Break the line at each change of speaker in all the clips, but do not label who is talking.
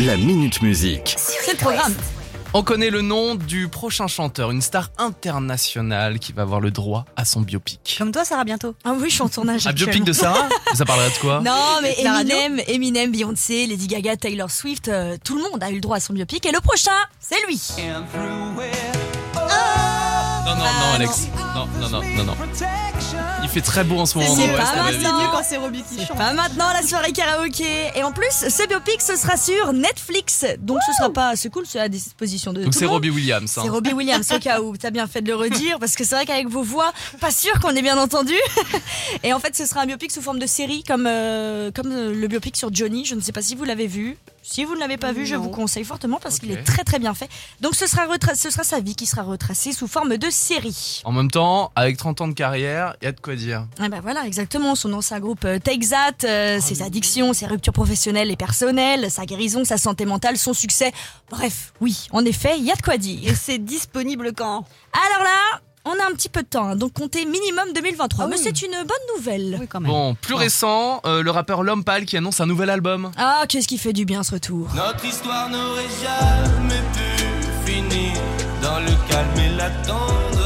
La Minute Musique.
C'est le programme.
On connaît le nom du prochain chanteur, une star internationale qui va avoir le droit à son biopic.
Comme toi, Sarah, bientôt.
Ah oui, je suis en tournage
Un biopic de Sarah Ça parlera de quoi
Non, mais
La radio
Eminem, Eminem, Beyoncé, Lady Gaga, Taylor Swift, euh, tout le monde a eu le droit à son biopic. Et le prochain, c'est lui.
Non, non, non, Alex. Non, non, non, non, non. Il fait très beau en ce moment.
Ah C'est
dans
pas
l'Ouest, à mon
mal,
avis.
ça. mieux quand
c'est Roby qui
Pas maintenant la soirée karaoké. Et en plus, ce biopic, ce sera sur Netflix. Donc ce sera pas, c'est cool, c'est à disposition de
Donc
tout
c'est
le monde.
Robbie Williams. hein.
C'est Robbie Williams, au cas où. T'as bien fait de le redire, parce que c'est vrai qu'avec vos voix, pas sûr qu'on ait bien entendu. Et en fait, ce sera un biopic sous forme de série, comme, euh, comme euh, le biopic sur Johnny. Je ne sais pas si vous l'avez vu. Si vous ne l'avez pas vu, je vous conseille fortement, parce qu'il
Ok.
est très très bien fait. Donc ce sera, retra- ce sera sa vie qui sera retracée sous forme de série.
En même temps, avec 30 ans de carrière, il y a de quoi dire.
Ah bah voilà, exactement. Son ancien groupe euh, Take That, euh, ses addictions, ses ruptures professionnelles et personnelles, sa guérison, sa santé mentale, son succès. Bref, oui, en effet, il y a de quoi dire.
Et c'est disponible quand
Alors là, on a un petit peu de temps, hein, donc comptez minimum 2023.
Ah
Mais
oui.
c'est une bonne nouvelle.
quand
Bon, plus récent, euh, le rappeur L'Homme Pâle qui annonce un nouvel album.
Ah, qu'est-ce qui fait du bien ce retour
Notre histoire n'aurait jamais pu finir dans le calme et la tendresse.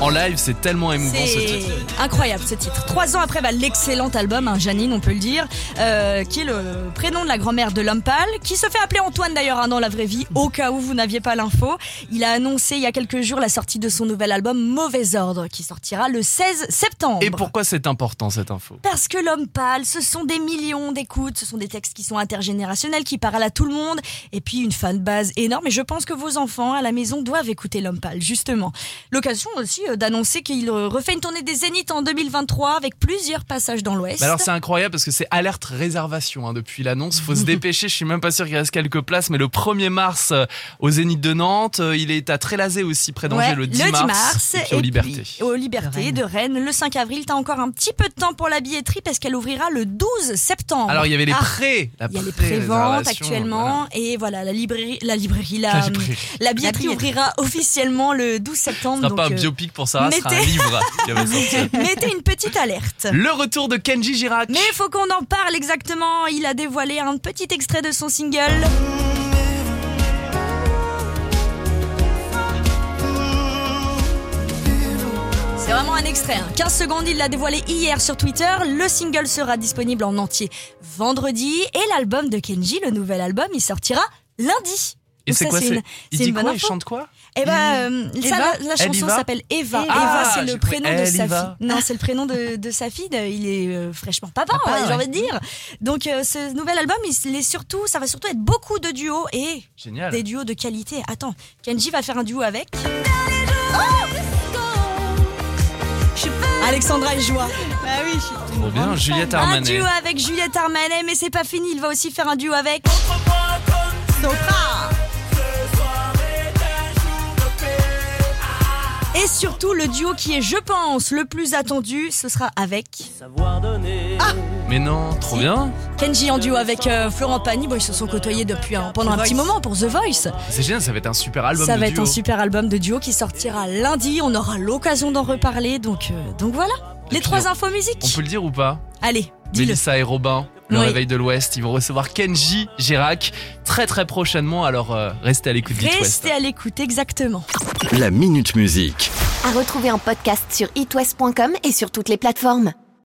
En live, c'est tellement émouvant Mmh, ce
C'est
titre.
incroyable ce titre. Trois ans après bah, l'excellent album, hein, Janine, on peut le dire, euh, qui est le prénom de la grand-mère de l'homme pâle, qui se fait appeler Antoine d'ailleurs hein, dans la vraie vie, au cas où vous n'aviez pas l'info. Il a annoncé il y a quelques jours la sortie de son nouvel album Mauvais Ordre, qui sortira le 16 septembre.
Et pourquoi c'est important cette info
Parce que l'homme pâle, ce sont des millions d'écoutes, ce sont des textes qui sont intergénérationnels, qui parlent à tout le monde, et puis une fanbase énorme. Et je pense que vos enfants à la maison doivent écouter l'homme pâle, justement. L'occasion aussi euh, d'annoncer qu'il euh, refait une tournée des Zéniths en 2023 avec plusieurs passages dans l'Ouest.
Bah alors c'est incroyable parce que c'est alerte réservation hein, depuis l'annonce. Faut se dépêcher. Je suis même pas sûr qu'il reste quelques places, mais le 1er mars euh, au Zénith de Nantes, euh, il est à Trélazé aussi près d'Angers
Ouais,
le 10 mars. et puis aux
et
Libertés.
puis aux Libertés
De
de Rennes. Le 5 avril, t'as encore un petit peu de temps pour la billetterie parce qu'elle ouvrira le 12 septembre.
Alors il y avait les
Ah,
prêts. la
il y a les
pré-réservation,
préventes actuellement et voilà la librairie la librairie la,
voilà. La librairie.
La billetterie ouvrira officiellement le 12 septembre.
Ce sera
donc,
pas un
euh,
biopic pour Sarah, ce sera un
mettez-
livre. qui va sortir.
mettez une petite alerte.
le retour de Kenji Girac.
Mais faut qu'on en parle exactement. Il a dévoilé un petit extrait de son single. C'est vraiment un extrait. hein. 15 secondes, il l'a dévoilé hier sur Twitter. Le single sera disponible en entier vendredi. Et l'album de Kenji, le nouvel album, il sortira lundi.
Et
Donc
c'est
ça,
quoi
une-
c'est- Il
c'est
dit
une bonne
quoi Il
info.
chante quoi
Eh ben, euh, ça, la- la,
Elle y
chanson
va
s'appelle Eva.
Eva.
Eva, c'est
Ah,
le
j'ai cru
prénom de
elle y
sa
va.
fille. Non, c'est le prénom de, de sa fille. de- Il est euh, fraîchement papa,
Papa,
ouais, j'ai
ouais.
envie de dire. Donc, euh, ce nouvel album, il, il est surtout, ça va surtout être beaucoup de duos et
Génial.
des duos de qualité. Attends, Kenji va faire un duo avec. Alexandra et Joie.
Bah oui, je suis
Trop bien. Juliette
Un
Armanet.
duo avec Juliette Armanet, mais c'est pas fini, il va aussi faire un duo avec. Et surtout, le duo qui est, je pense, le plus attendu, ce sera avec.
Savoir donner.
Mais non, trop
Si.
bien.
Kenji en duo avec euh, Florent Pagny, bon, ils se sont côtoyés depuis un- pendant un petit moment pour The Voice.
C'est génial. Ça va être un super album.
Ça
de
va être
duo.
un super album de duo qui sortira lundi, on aura l'occasion d'en reparler, donc, euh, donc voilà.
Et
Les
puis,
trois infos
On
musiques.
peut le dire ou pas
Allez, dis-le.
Mélissa et Robin, le
Oui.
réveil de l'Ouest, ils vont recevoir Kenji Girac très très prochainement. Alors euh, restez à l'écoute d'It West.
Restez à l'écoute, exactement.
La Minute Musique.
À retrouver en podcast sur itwest.com et sur toutes les plateformes.